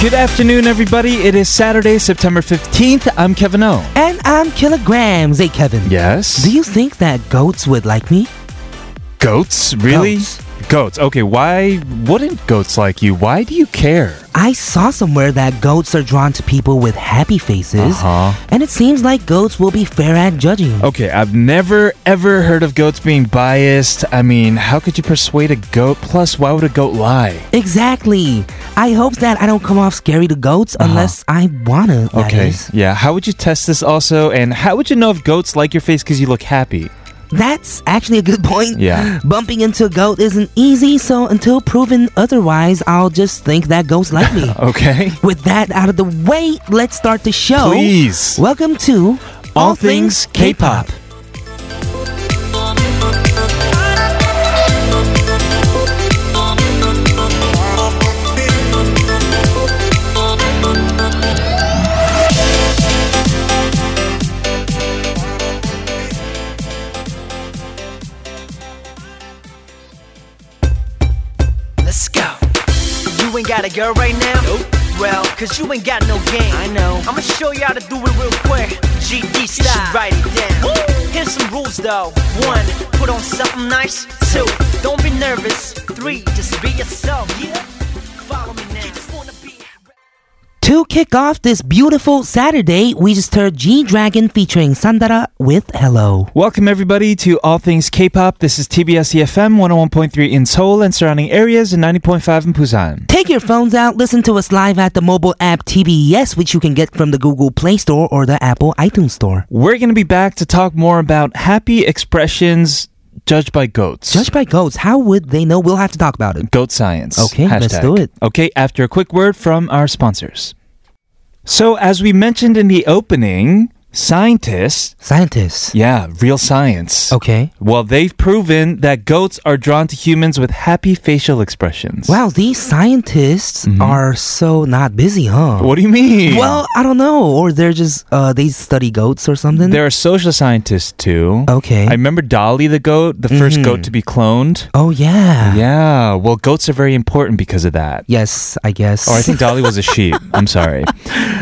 Good afternoon, everybody. It is Saturday, September 15th. I'm Kevin O. And I'm kilograms. Hey, Kevin. Yes? Do you think that goats would like me? goats? Really? Goats. Goats. Okay, why wouldn't goats like you? Why do you care? I saw somewhere that goats are drawn to people with happy faces. Uh-huh. Oh. And it seems like goats will be fair at judging. Okay, I've never ever heard of goats being biased. I mean, how could you persuade a goat? Plus, why would a goat lie? Exactly. I hope that I don't come off scary to goats unless I wanna. that Uh-huh. Okay. is. Yeah, how would you test this also? And how would you know if goats like your face because you look happy? That's actually a good point. Yeah. Bumping into a goat isn't easy, so until proven otherwise, I'll just think that goats like me. Okay. With that out of the way, let's start the show. Please. Welcome to All Things K-Pop. Let's go. You ain't got a girl right now? Well, cause you ain't got no game. I know. I'ma show you how to do it real quick. GD style. You should write it down. Here's some rules though. One, put on something nice. Two, don't be nervous. Three, just be yourself. Yeah. Follow me now. You just wanna be. To kick off this beautiful Saturday, we just heard G Dragon featuring Sandara with Hello. Welcome everybody to All Things K-pop. This is TBS EFM 101.3 in Seoul and surrounding areas and 90.5 in Busan. Take your phones out, listen to us live at the mobile app TBS, which you can get from the Google Play Store or the Apple iTunes Store. We're going to be back to talk more about happy expressions judged by goats. Judged by goats, how would they know? We'll have to talk about it. Goat science. Okay, let's do it. Okay, after a quick word from our sponsors. So, as we mentioned in the opening, scientists, Scientists. yeah, real science. Okay. Well, they've proven that goats are drawn to humans with happy facial expressions. Wow, these scientists are so not busy, huh? Mm-hmm. What do you mean? Well, I don't know. Or they're just, uh, they study goats or something? There are social scientists too. Okay. I remember Dolly the goat, the first goat to be cloned. oh, yeah. Yeah. Well, goats are very important because of that. Yes, I guess. Or Oh, I think Dolly was a sheep. I'm sorry.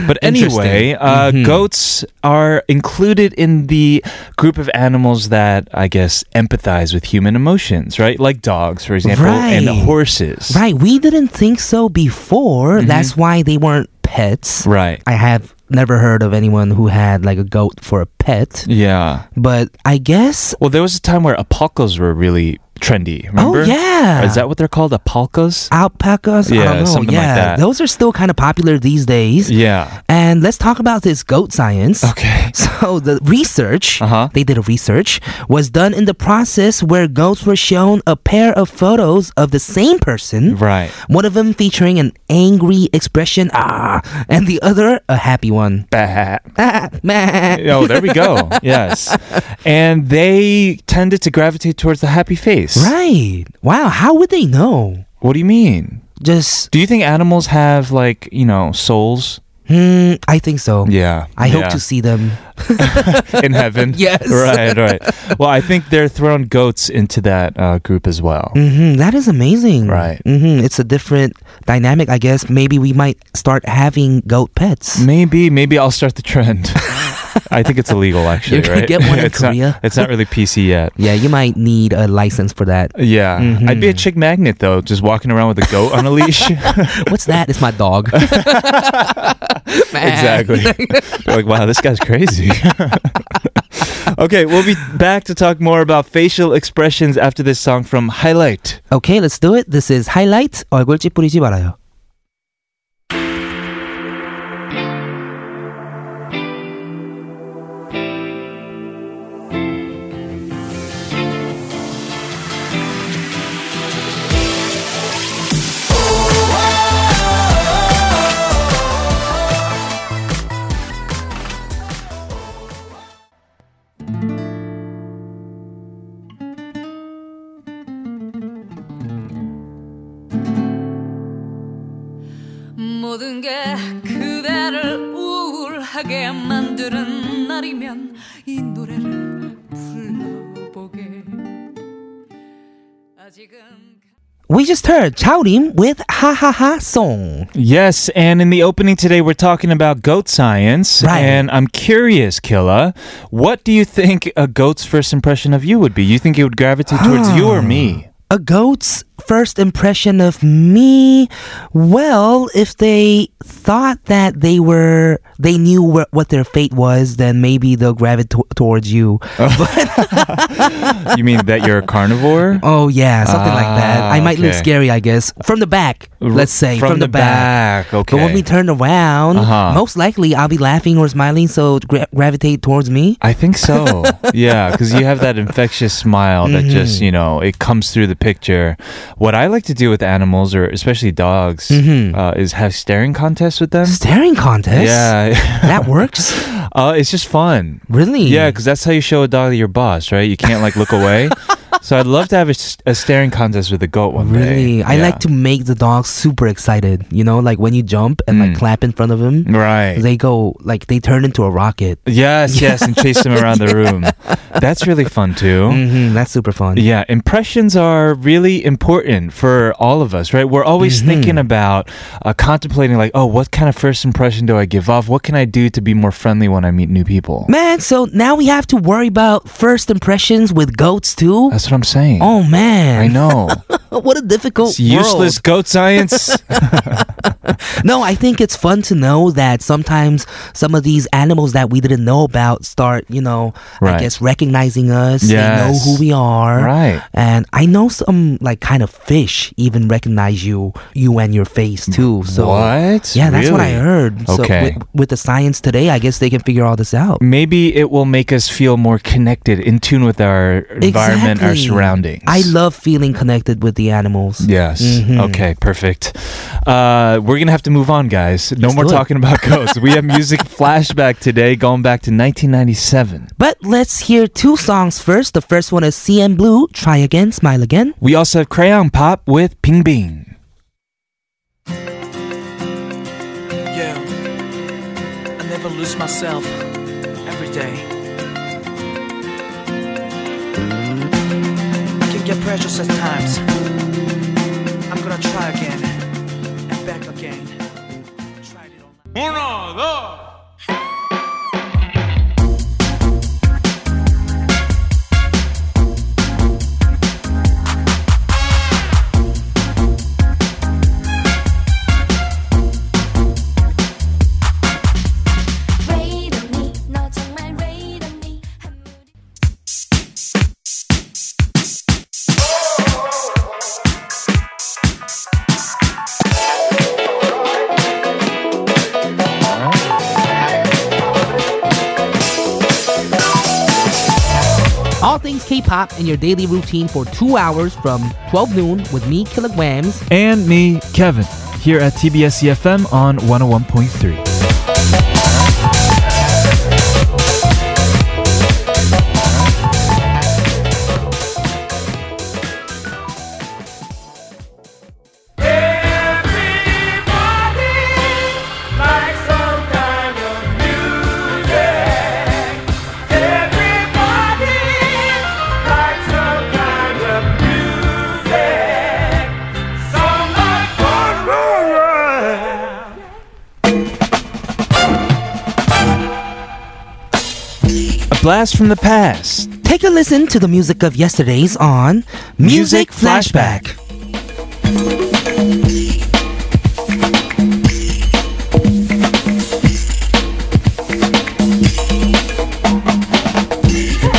But Interesting. Mm-hmm. anyway, uh, goats are included in the group of animals that I guess empathize with human emotions, right? Like dogs, for example, and Right. horses. Right, we didn't think so before. Mm-hmm. That's why they weren't pets. Right. I have never heard of anyone who had like a goat for a pet, Yeah. but I guess Well, there was a time where alpacas were really trendy. Remember? Oh, yeah. Is that what they're called? Alpacas? alpacas, I Yeah, don't know. something like yeah, that. those are still kind of popular these days. Yeah. And let's talk about this goat science. Okay. So the research Uh-huh. they did a research was done in the process where goats were shown a pair of photos of the same person. Right. One of them featuring an angry expression, ah, and the other a happy one. Bah. Ah, meh. Oh, there we go. yes. And they tended to gravitate towards the happy face. Right. Wow. How would they know? What do you mean? Just, Do you think animals have like, you know, souls? hmm, I think so. Yeah. I hope to see them. in heaven. Yes. Right, right. Well, I think they're throwing goats into that uh, group as well. hmm that is amazing. Right. hmm it's a different dynamic, I guess. Maybe we might start having goat pets. Maybe, maybe I'll start the trend. I think it's illegal actually, You're right? gonna get one in it's Korea. Not, it's not really PC yet. Yeah, you might need a license for that. Yeah. Mm-hmm. I'd be a chick magnet though, just walking around with a goat on a leash. What's that? It's my dog. Exactly. They're like, wow, this guy's crazy. okay, we'll be back to talk more about facial expressions after this song from Highlight. Okay, let's do it. This is Highlight. 얼굴 찌푸리지 말아요. 모든 게 그대를 우울하게 만드는 날이면 이 노래를 불러보게 아직은 We just heard Chaorim with Ha Ha Ha Song. Yes, and in the opening today, we're talking about goat science. Right. And I'm curious, Killa, what do you think a goat's first impression of you would be? You think it would gravitate towards you or me? A goat's first impression of me, well, if they thought that they were, they knew wh- what their fate was, then maybe they'll gravitate to- towards you. You mean that you're a carnivore? Oh yeah, something like that. Ah, I might look okay. scary, I guess. From the back, let's say From, the, back. Okay. But when we turn around, Uh-huh. most likely I'll be laughing or smiling, so gra- gravitate towards me. I think so. yeah, because you have that infectious smile that Mm-hmm. just, you know, it comes through the picture. What I like to do with animals, or especially dogs, uh, is have staring contests with them. Mm-hmm. Staring contest. Yeah. that works. uh, it's just fun. Really? Yeah, because that's how you show a dog that you're boss, right? You can't like look away. so I'd love to have a, s- a staring contest with a goat one day. Really, I Yeah. like to make the dog super excited. You know, like when you jump and like clap in front of him, Mm. Right. they go like they turn into a rocket. yes, yes, and chase them around the room. That's really fun too. hmm that's super fun. Yeah, impressions are really important for all of us, right? We're always Mm-hmm. thinking about uh, contemplating, like, oh, what kind of first impression do I give off? What can I do to be more friendly when I meet new people? Man, so now we have to worry about first impressions with goats too. That's what I'm saying. Oh I man, know. what a difficult It's useless goat science. world. No, I think it's fun to know that sometimes some of these animals that we didn't know about start, you know, I Right. guess recognizing us. They know Yes. who we are. right. And I know some like kind of fish even recognize you, you and your face too. So what? Yeah, that's what I Really? heard. So Okay. with, with the science today, I guess they can figure all this out. Maybe it will make us feel more connected, in tune with our environment, our Exactly. surroundings. I love Mm-hmm. feeling connected with the animals. Yes. Okay, perfect. Uh, we're going to have to move on, guys. No more do it. talking about ghosts. we have music flashback today going back to 1997. But let's hear two songs first. The first one is CN Blue, Try Again, Smile Again. We also have Crayon Pop with Ping Bing. Yeah. I never lose myself every day. I can get precious at times. I'm gonna try again and back again. Tried it all night. 레이더니 너 정말 레이더니 한무리 All things K-pop in your daily routine for two hours from 12 noon with me, Kilograms. And me, Kevin, here at TBS EFM on 101.3. A blast from the past. Take a listen to the music of yesterday's on Music Flashback.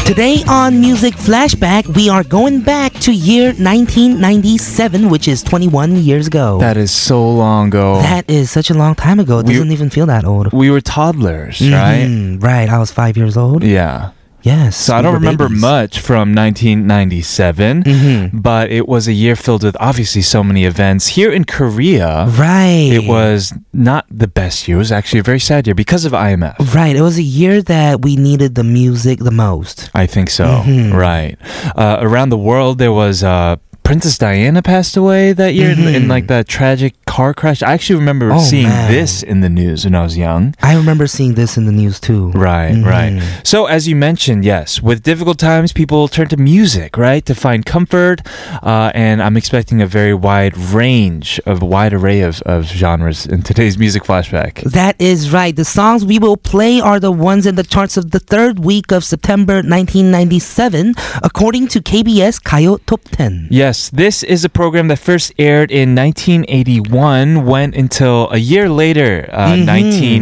Today on Music Flashback, we are going back to year 1997, which is 21 years ago. That is so long ago. that is such a long time ago. It We- doesn't even feel that old. we were toddlers, right? Mhm, right. I was five years old. Yeah. Yes. So I we don't were remember babies. Mm-hmm. much from 1997, but it was a year filled with obviously so many events. Here in Korea, Right. it was not the best year. It was actually a very sad year because of IMF. Right. It was a year that we needed the music the most. Mm-hmm. I think so. Right. Uh, around the world, there was uh, Princess Diana passed away that year in, in Mhm. like that tragic car crash. I actually remember Oh, seeing man. this in the news when I was young. I remember seeing this in the news too. Right, right. So, as you mentioned, yes, with difficult times, people turn to music, right, to find comfort. Uh, and I'm expecting a very wide range of wide array of, of genres in today's music flashback. That is right. The songs we will play are the ones in the charts of the third week of September 1997, according to KBS Kayo Top 10. Yes, this is a program that first aired in 1981, went until a year later, uh,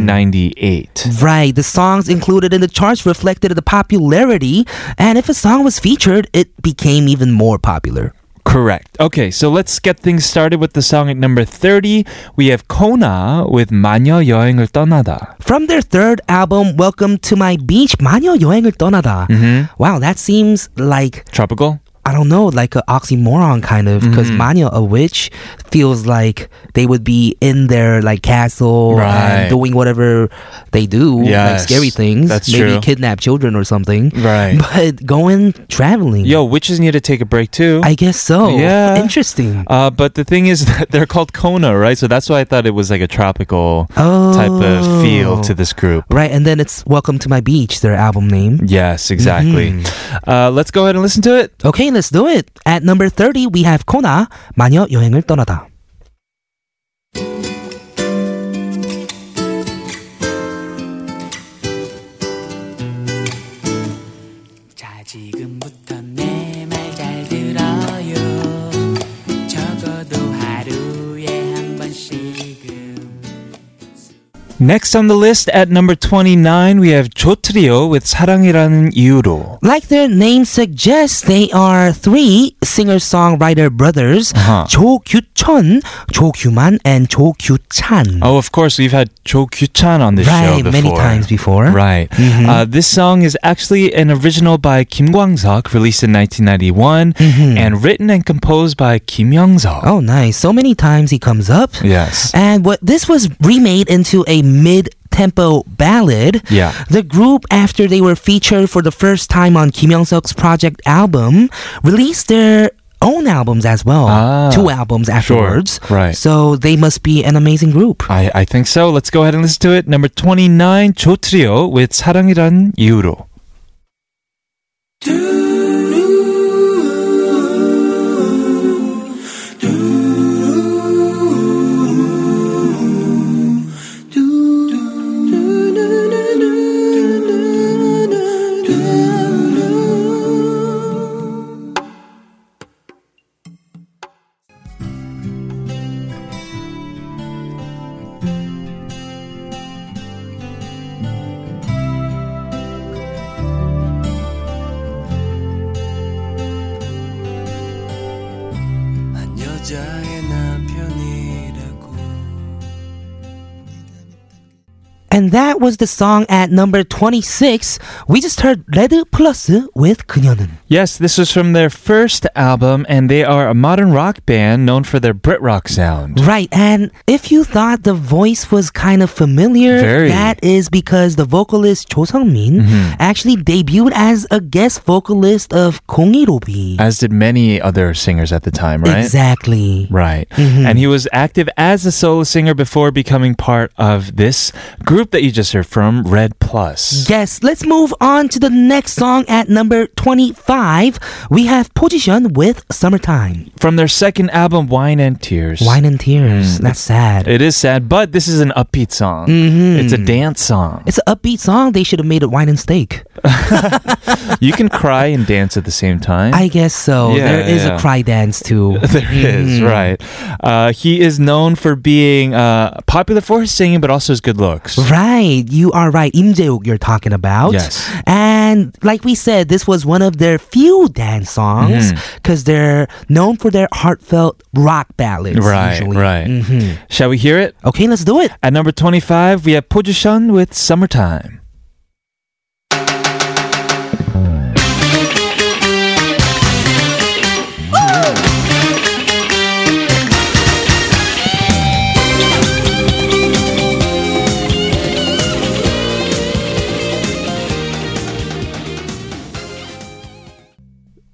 1998. Right. The songs included in the charts reflected the popularity, and if a song was featured, it became even more popular. Correct. Okay, so let's get things started with the song at number 30. We have Kona with 마녀 여행을 떠나다. From their third album, Welcome to My Beach, 마녀 여행을 떠나다. Wow, that seems like Tropical? I don't know, like an oxymoron kind of, because Mm-hmm. Manya, a witch, feels like they would be in their like castle Right. and doing whatever they do, Yes, like scary things, that's maybe true. kidnap children or something. Right. But going traveling, Yo, witches need to take a break too. I guess so. Yeah. interesting. uh, but the thing is that they're called Kona, right? So that's why I thought it was like a tropical Oh, type of feel to this group. Right, and then it's "Welcome to My Beach," their album name. Yes, exactly. Mm-hmm. Uh, let's go ahead and listen to it. Okay, let's do it. At number thirty, we have Kona, 마녀 여행을 떠나다. 자 지금부터 내 말 잘 들어요 적어도 하루에 한 번씩은 Next on the list at number 29, we have Jotrio with 사랑이라는 이유로. Like their name suggests, they are three singer-songwriter brothers, Uh-huh. Jo Kyuchun, Jo Kyuman, and Jo Kyuchan. Oh, of course, we've had Cho Kyuchan on this show right, before. many times before. Mm-hmm. Right. Uh, this song is actually an original by Kim Kwang-seok, released in 1991, Mm-hmm. and written and composed by Kim Young-seok. Oh, nice. So many times he comes up. Yes. And what this was remade into a mid tempo ballad. Yeah. The group, after they were featured for the first time on Kim Young Suk's project album, released their own albums as well. Ah. Two albums afterwards. Right. So they must be an amazing group. I, I think so. Let's go ahead and listen to it. Number 29, 조트리오 with 사랑이란 이유로. 한 여자의 남편이라고 And that was the song at number 26. We just heard Red Plus with 그녀는. Yes, this was from their first album, and they are a modern rock band known for their Brit rock sound. Right, and if you thought the voice was kind of familiar, Very. Mm-hmm. that is because the vocalist Cho Sung-min actually debuted as a guest vocalist of 공이로비. As did many other singers at the time, right? Exactly. Mm-hmm. Right. And he was active as a solo singer before becoming part of this group that you just heard from, Red Plus. Yes, let's move on to the next song at number 25. We have Position with Summertime. From their second album, Wine and Tears. Wine and Tears. That's sad. Mm. It is sad, but this is an upbeat song. Mm-hmm. It's a dance song. it's an upbeat song. They should have made it Wine and Steak. you can cry and dance at the same time. I guess so. Yeah, there is yeah. a cry dance too. There is Hmm. right. Uh, he is known for being uh, popular for his singing, but also his good looks. Right, you are right. Im Jae-wook you're talking about. Yes. And like we said, this was one of their few dance songs Mm. because they're known for their heartfelt rock ballads. Right, usually. right. Mhm. Shall we hear it? Okay, let's do it. At number twenty-five, we have Position with "Summertime."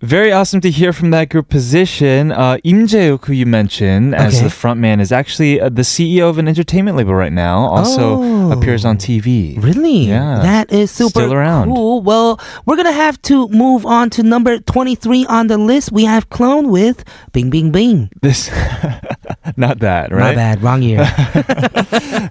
Very awesome to hear from that group position. Uh, Im Jaeuk, who you mentioned as Okay. the frontman, is actually uh, the CEO of an entertainment label right now. Also Oh. appears on TV. Really? Yeah. That is super Still around. cool. Well, we're going to have to move on to number 23 on the list. We have Clone with Bing Bing Bing. This, not that, right? My bad, wrong year.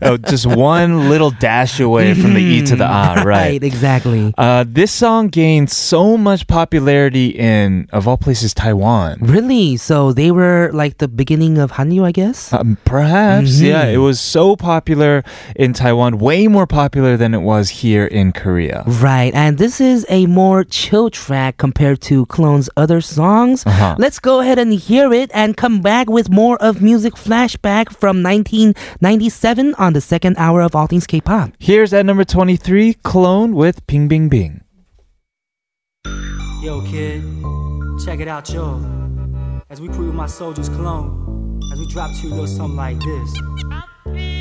oh, just one little dash away from the E to the ah, right? exactly. Uh, this song gained so much popularity in, of all places, Taiwan. Really? So they were like the beginning of Hanyu, I guess? Um, perhaps, Mhm. yeah. It was so popular in Taiwan, way more popular than it was here in Korea. Right, and this is a more chill track compared to Clone's other songs. Uh-huh. Let's go ahead and hear it and come back with more of music flashback from 1997 on the second hour of All Things K-pop. Here's at number 23, Clone with Bing Bing Bing. Yo, kid, check it out, yo. As we prove my soldiers clone, as we drop to you a little something like this.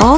All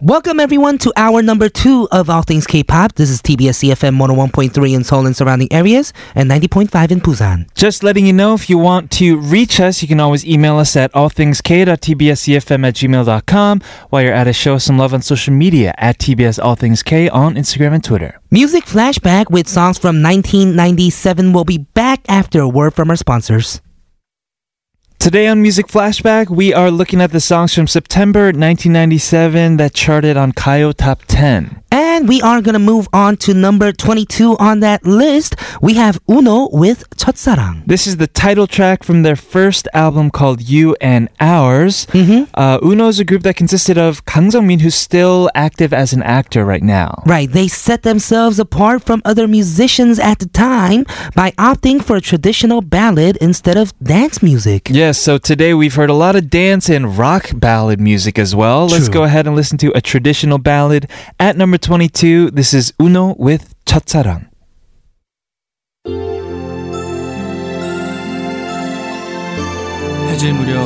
welcome everyone to hour number two of All Things K-pop. This is TBS CFM 101.3 in Seoul and surrounding areas, and 90.5 in Busan. Just letting you know, if you want to reach us, you can always email us at allthingsk.tbscfm E at gmail.com. While you're at it, show us some love on social media at TBS All Things K on Instagram and Twitter. Music flashback with songs from 1997 will be back after a word from our sponsors. Today on Music Flashback, we are looking at the songs from September 1997 that charted on Kayo Top 10. And we are gonna move on to number 22 on that list. We have Uno with 첫사랑. This is the title track from their first album called You and Ours. Mm-hmm. Uh, Uno is a group that consisted of Kang Jung-min, who's still active as an actor right now. Right, they set themselves apart from other musicians at the time by opting for a traditional ballad instead of dance music. Yes, so today we've heard a lot of dance and rock ballad music as well. Let's True. go ahead and listen to a traditional ballad. At number 22, this is Uno with 첫사랑. 해질 무렵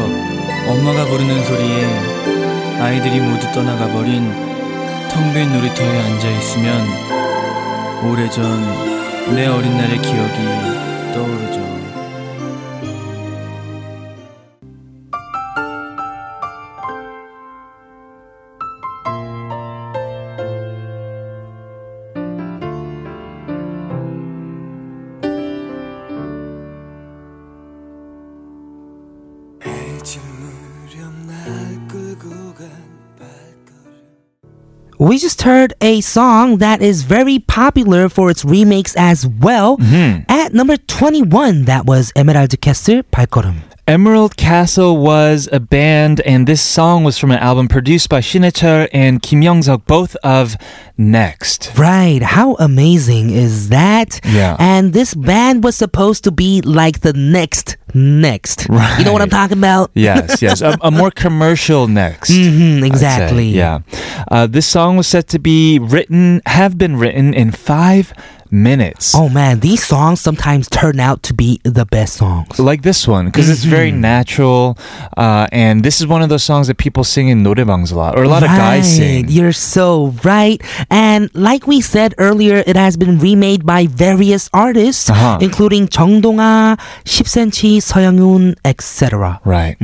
엄마가 부르는 소리에 아이들이 모두 떠나가 버린 텅 빈 놀이터에 앉아 있으면 오래전 내 어린 날의 기억이 떠오르죠. We just heard a song that is very popular for its remakes as well. At number 21, that was Emerald Kester 발걸음. Emerald Castle was a band, and this song was from an album produced by Shin Hae-cheol and Kim Young-suk, both of Next. Right. How amazing is that? Yeah. And this band was supposed to be like the next next. Right. You know what I'm talking about? Yes, yes, a, a more commercial Next. hmm I'd say. exactly. Yeah. Uh, this song was said to be written, have been written in five minutes. Oh man, these songs sometimes turn out to be the best songs. Like this one, because it's very Mm-hmm. natural, uh, and this is one of those songs that people sing in norebangs a lot, or a lot of guys Right. sing. You're so right. And like we said earlier, it has been remade by various artists, Uh-huh. including Chong Dong-ah, 10cm, Seoyoung-un, etc. Right.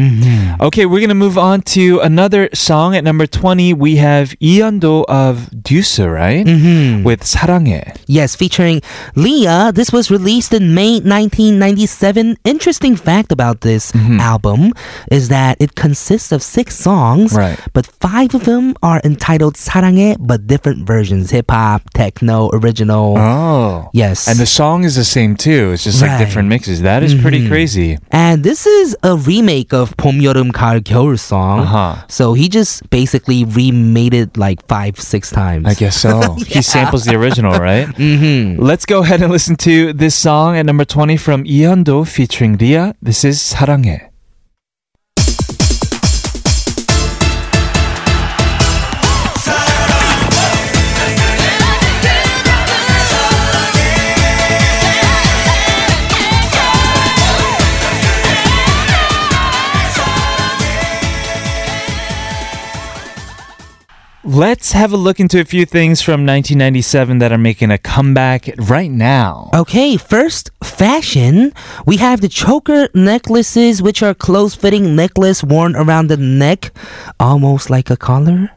Okay, we're gonna move on to another song at number twenty. We have Iando of Deucer, right? Mm-hmm. With 사랑해. Yes, featuring Leah. This was released in May 1997. Interesting fact about this Mm-hmm. album is that it consists of six songs, Right. but five of them are entitled 사랑해, but different versions: hip hop, techno, original. Oh. Yes. And the song is the same too. It's just Right. like different mixes. That is pretty crazy. And this is a remake of 봄, 여름, 가을, 겨울 song. Uh-huh. So he just basically remade it like five, six times. I guess so. He samples the original, right? mm-hmm. Let's go ahead and listen to this song at number 20 from Iyeondo featuring Ria. This is 사랑해. Let's have a look into a few things from 1997 that are making a comeback right now. Okay, first fashion. We have the choker necklaces, which are close fitting necklace worn around the neck, almost like a collar.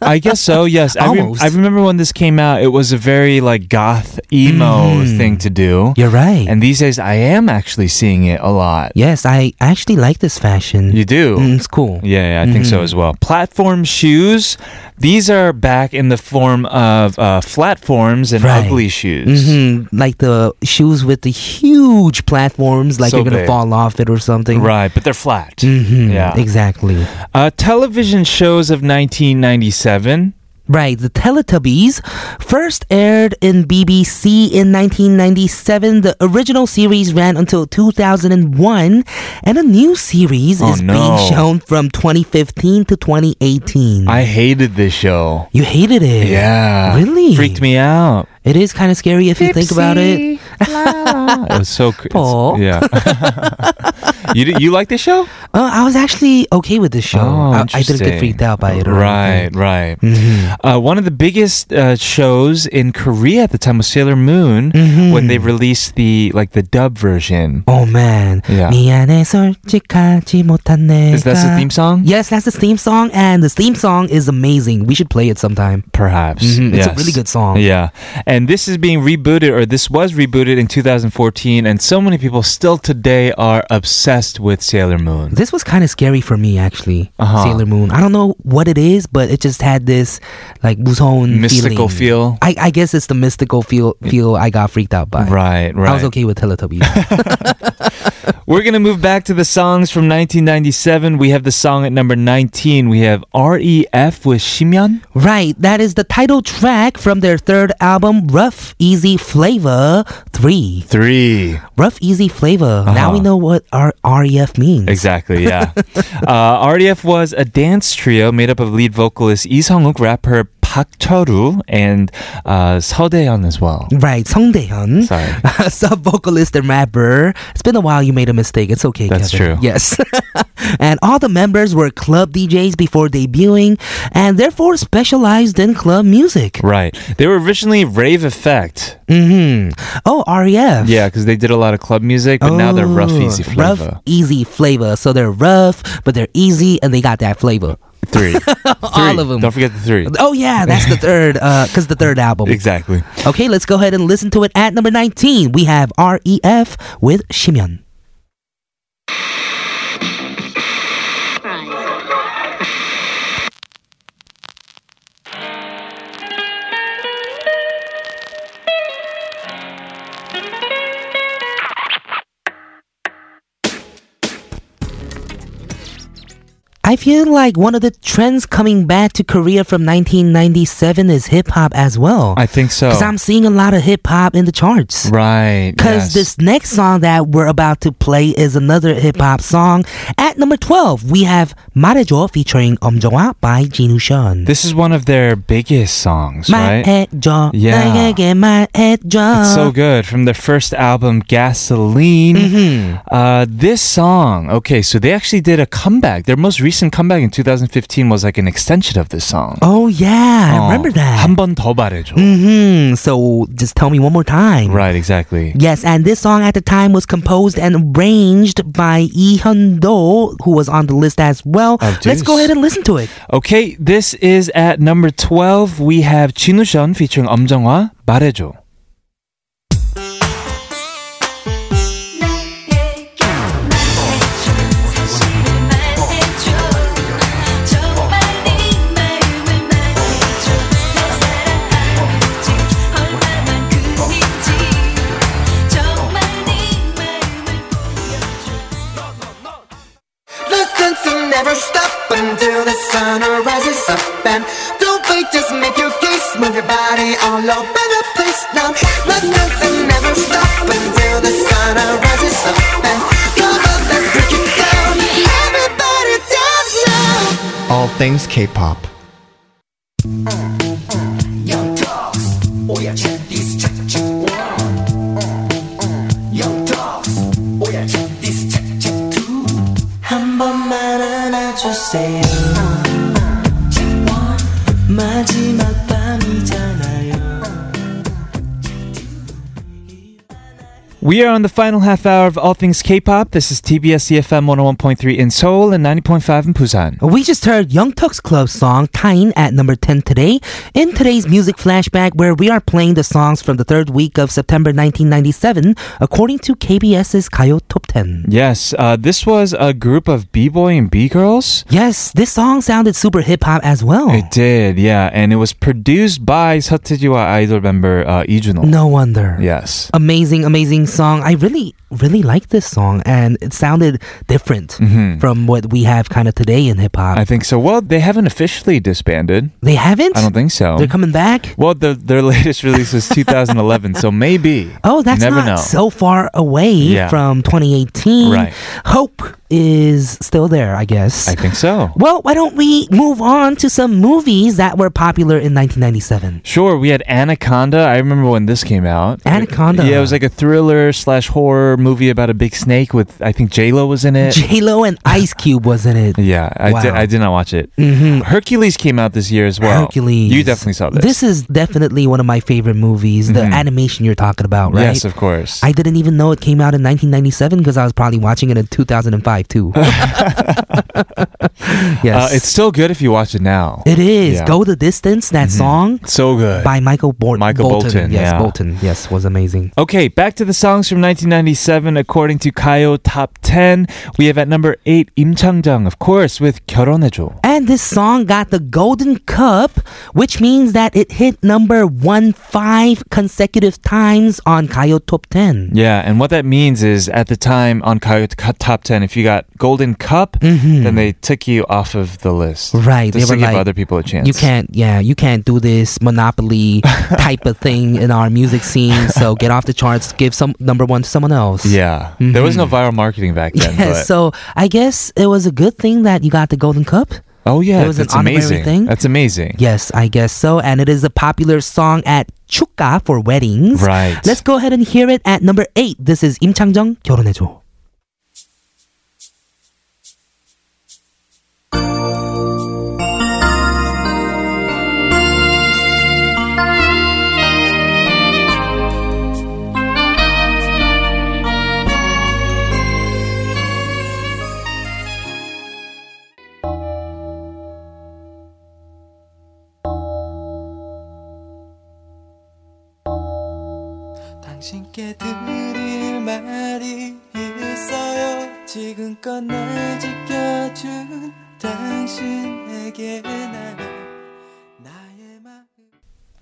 I guess so. Yes, I, rem- Almost. I remember when this came out. It was a very like goth emo Mm-hmm. thing to do. You're right. And these days, I am actually seeing it a lot. yes, I actually like this fashion. You do. Mm, it's cool. Yeah, yeah, I think Mm-hmm. so as well. Platform shoes. These are back in the form of uh, flat forms and Right. ugly shoes. hmm Like the shoes with the huge platforms, like So you're gonna big. fall off it or something. Right, but they're flat. hmm Yeah. Exactly. Uh, television shows of 1997. Right, the Teletubbies first aired in BBC in 1997. The original series ran until 2001, and a new series Oh, is no. being shown from 2015 to 2018. I hated this show. you hated it. Yeah. Really? Freaked me out. It is kind of scary if you think about it. Ah, It was so cr- it's- Aw. Yeah. you did- you like this show? Uh, I was actually okay with this show. Oh, I, I didn't get freaked out by it. Or Oh, Mm-hmm. Right, right. Uh, one of the biggest uh, shows in Korea at the time was Sailor Moon Mm-hmm. when they released the like the dub version. Oh man. Yeah. 미안해 솔직하지 못한 내가. Is that the theme song? Yes, that's the theme song, and the theme song is amazing. We should play it sometime. Perhaps. Mhm, it's Yes. a really good song. Yeah. And this is being rebooted, or this was rebooted in 2014, and so many people still today are obsessed with Sailor Moon. This was kind of scary for me, actually. Uh-huh. Sailor Moon. I don't know what it is, but it just had this like 무서운 Mystical feel. feeling. I, I guess it's the mystical feel feel I got freaked out by. Right, right. I was okay with Teletubbies. We're going to move back to the songs from 1997. We have the song at number 19. We have REF with Shimyeon. right, that is the title track from their third album, Rough Easy Flavor 3. Three. Rough Easy Flavor. Uh-huh. Now we know what our REF means. Exactly, yeah. uh, RDF was a dance trio made up of lead vocalist Lee Sung-wook, rapper Park Cheol-woo, and uh, Seo Dae-yeon as well. Right, Song Daehyun, Sorry. sub vocalist and rapper. It's been a while. You made a mistake. It's okay. That's Kevin. true. Yes, and all the members were club DJs before debuting, and therefore specialized in club music. Right. They were originally Rave Effect. hmm Oh, REF. Yeah, because they did a lot of club music, but now they're Rough Oh, Easy Flavor. Rough, easy flavor. So they're rough, but they're easy, and they got that flavor. Three. All of them. Don't forget the three. Oh yeah, that's the third. Uh, cause the third album. Exactly. Okay, let's go ahead and listen to it. At number nineteen, we have REF with Shimyeon. I feel like one of the trends coming back to Korea from 1997 is hip hop as well. I think so. Because I'm seeing a lot of hip hop in the charts. Right. Because yes. this next song that we're about to play is another hip hop song. At number 12, we have 말해줘 featuring 엄정화 by Jinu Sean. This is one of their biggest songs, right? 말해줘. Yeah. 나에게 말해줘. It's so good from their first album, Gasoline. Mm-hmm. Uh, this song, okay, so they actually did a comeback. Their most recent comeback in 2015 was like an extension of this song. Oh, yeah. I 어, remember that. 한번더 말해줘. hmm So just tell me one more time. Right, exactly. Yes, and this song at the time was composed and arranged by Lee Hyun Do, who was on the list as well. Of Let's go Deuce. ahead and listen to it. Okay, this is at number 12. We have Chinushan featuring 엄정화, 말해줘. never stop until the sun rises up. And don't wait, just make your case. Move your body all over the place now. Let nothing never stop until the sun rises up. And come on, let's break it down. Everybody dance now. All things K-pop. Young dogs, oh yeah, check this, check check. One, young dogs, oh yeah, check this, check check two. 한 번만 안아주세요. Check one, 마지막 밤이잖아요. We are on the final half hour of All Things K-pop. This is TBS EFM 101.3 in Seoul and 90.5 in Busan. We just heard Young Tuck's club song Tying at number 10 today in today's music flashback where we are playing the songs from the third week of September 1997 according to KBS's Kayo Top 10. Yes, uh, this was a group of b-boy and b-girls. Yes, this song sounded super hip hop as well. It did, yeah, and it was produced by Seotejiwa idol member uh, Ijuno. No wonder. Yes. Amazing, amazing song. I really, really like this song and it sounded different from what we have kind of today in hip hop. Mm-hmm. I think so. Well, they haven't officially disbanded. They haven't? I don't think so. They're coming back? well, the, their latest release is 2011, so maybe. Oh, that's You never not know. so far away Yeah. from 2018. Right. Hope is still there, I guess. I think so. well, why don't we move on to some movies that were popular in 1997? Sure, we had Anaconda. I remember when this came out. Anaconda. Uh, Yeah, it was like a thriller slash horror movie about a big snake with I think J Lo was in it. J Lo and Ice Cube was in it. yeah, I did. Wow. I did not watch it. Mm-hmm. Hercules came out this year as well. Hercules. You definitely saw this. Mm-hmm. This is definitely one of my favorite movies. The animation you're talking about, right? Yes, of course. I didn't even know it came out in 1997 because I was probably watching it in 2005 too. uh, yes, it's still good if you watch it now. it is. Yeah. Go the distance. That song so good. by Michael, Bol- Michael Bolton, Yes, yeah. Bolton. Yes, was amazing. Okay, back to the songs from 1997. According to Kayo Top 10, we have at number 8 Im Chang-jung, of course, with 결혼해줘. And this song got the Golden Cup, which means that it hit number one five consecutive times on Kayo Top 10. Yeah, and what that means is at the time on Kayo T- Top 10, if you got Golden Cup, then they took you off of the list. Mm-hmm. Right, Just they to were give like, other people a chance. You can't, yeah, you can't do this monopoly type of thing in our music scene. So get off the charts, give some number one to someone else. Yeah. There was no viral marketing back then. Mm-hmm. Yeah, but- so I guess it was a good thing that you got the Golden Cup. oh, yeah. it was an that's honorary amazing. thing. That's amazing. Yes, I guess so. And it is a popular song at chukka for weddings. Right. Let's go ahead and hear it at number eight. This is Im Chang-jung 결혼해줘. 당신께 드릴 말이 있어요 지금껏 날 지켜준 당신에게 나 나의 마음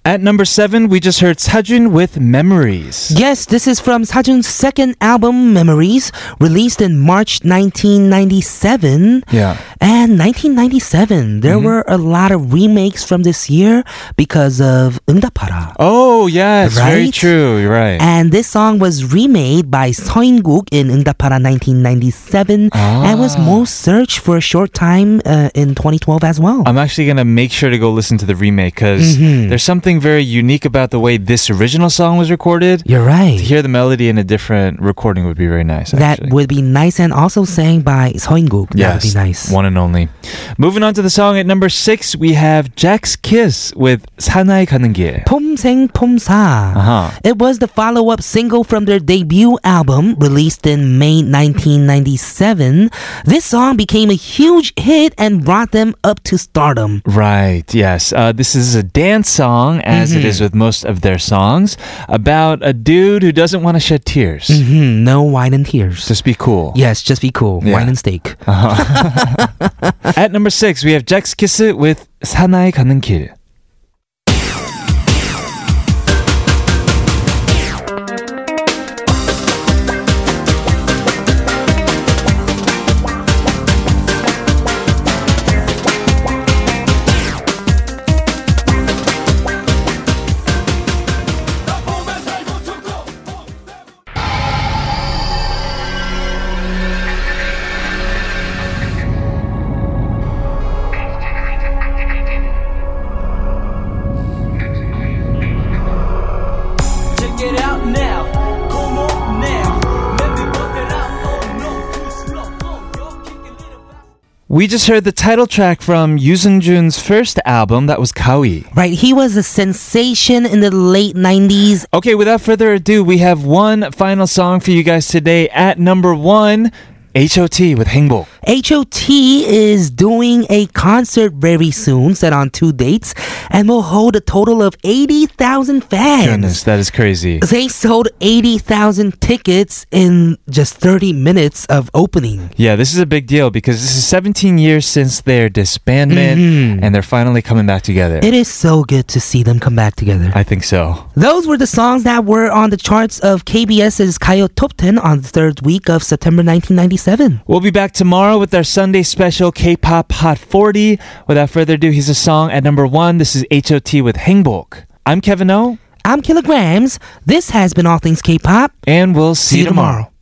At number 7, we just heard Sajun with Memories. Yes, this is from Sajun's second album, Memories, released in March 1997. Yeah. Mm-hmm. And 1997, there were a lot of remakes from this year because of 응답하라. Oh, yes. Very Right? true. You're right. And this song was remade by 서인국 in 응답하라 1997 and Ah. was most searched for a short time uh, in 2012 as well. I'm actually gonna make sure to go listen to the remake because Mm-hmm. there's something very unique about the way this original song was recorded. You're To right. hear the melody in a different recording would be very nice. That actually. would be nice and also sang by 서인국. That yes, would be nice. One and only. Moving on to the song at number six, we have Jack's Kiss with 사나이 가는 길. 폼생 폼사. Uh-huh. It was the follow up single from their debut album released in May 1997. This song became a huge hit and brought them up to stardom. Right, yes. Uh, this is a dance song, as it Mm-hmm. is with most of their songs, about a dude who doesn't want to shed tears. Hmm, no wine and tears. Just be cool. Yes, just be cool. Yeah. Wine and steak. At number six, we have Jack's Kiss with 사나이 가는 길. 난 Oh, We just heard the title track from Yoo Seung Jun's first album. That was Kawi. Right, he was a sensation in the late 90s. Okay, without further ado, we have one final song for you guys today. At number one, H.O.T. with Hangbok. HOT is doing a concert very soon, set on two dates, and will hold a total of 80,000 fans. Goodness, that is crazy. They sold 80,000 tickets in just 30 minutes of opening. Yeah, this is a big deal because this is 17 years since their disbandment and they're finally coming back together. It is so good to see them come back together. I think so. Those were the songs that were on the charts of KBS's Kayo Top 10 on the third week of September 1997. We'll be back tomorrow with our Sunday special K-pop Hot 40. Without further ado, here's a song at number 1. This is HOT with Hangbok. I'm Kevin O I'm Kilograms. This has been All Things K-Pop. and we'll see, you tomorrow.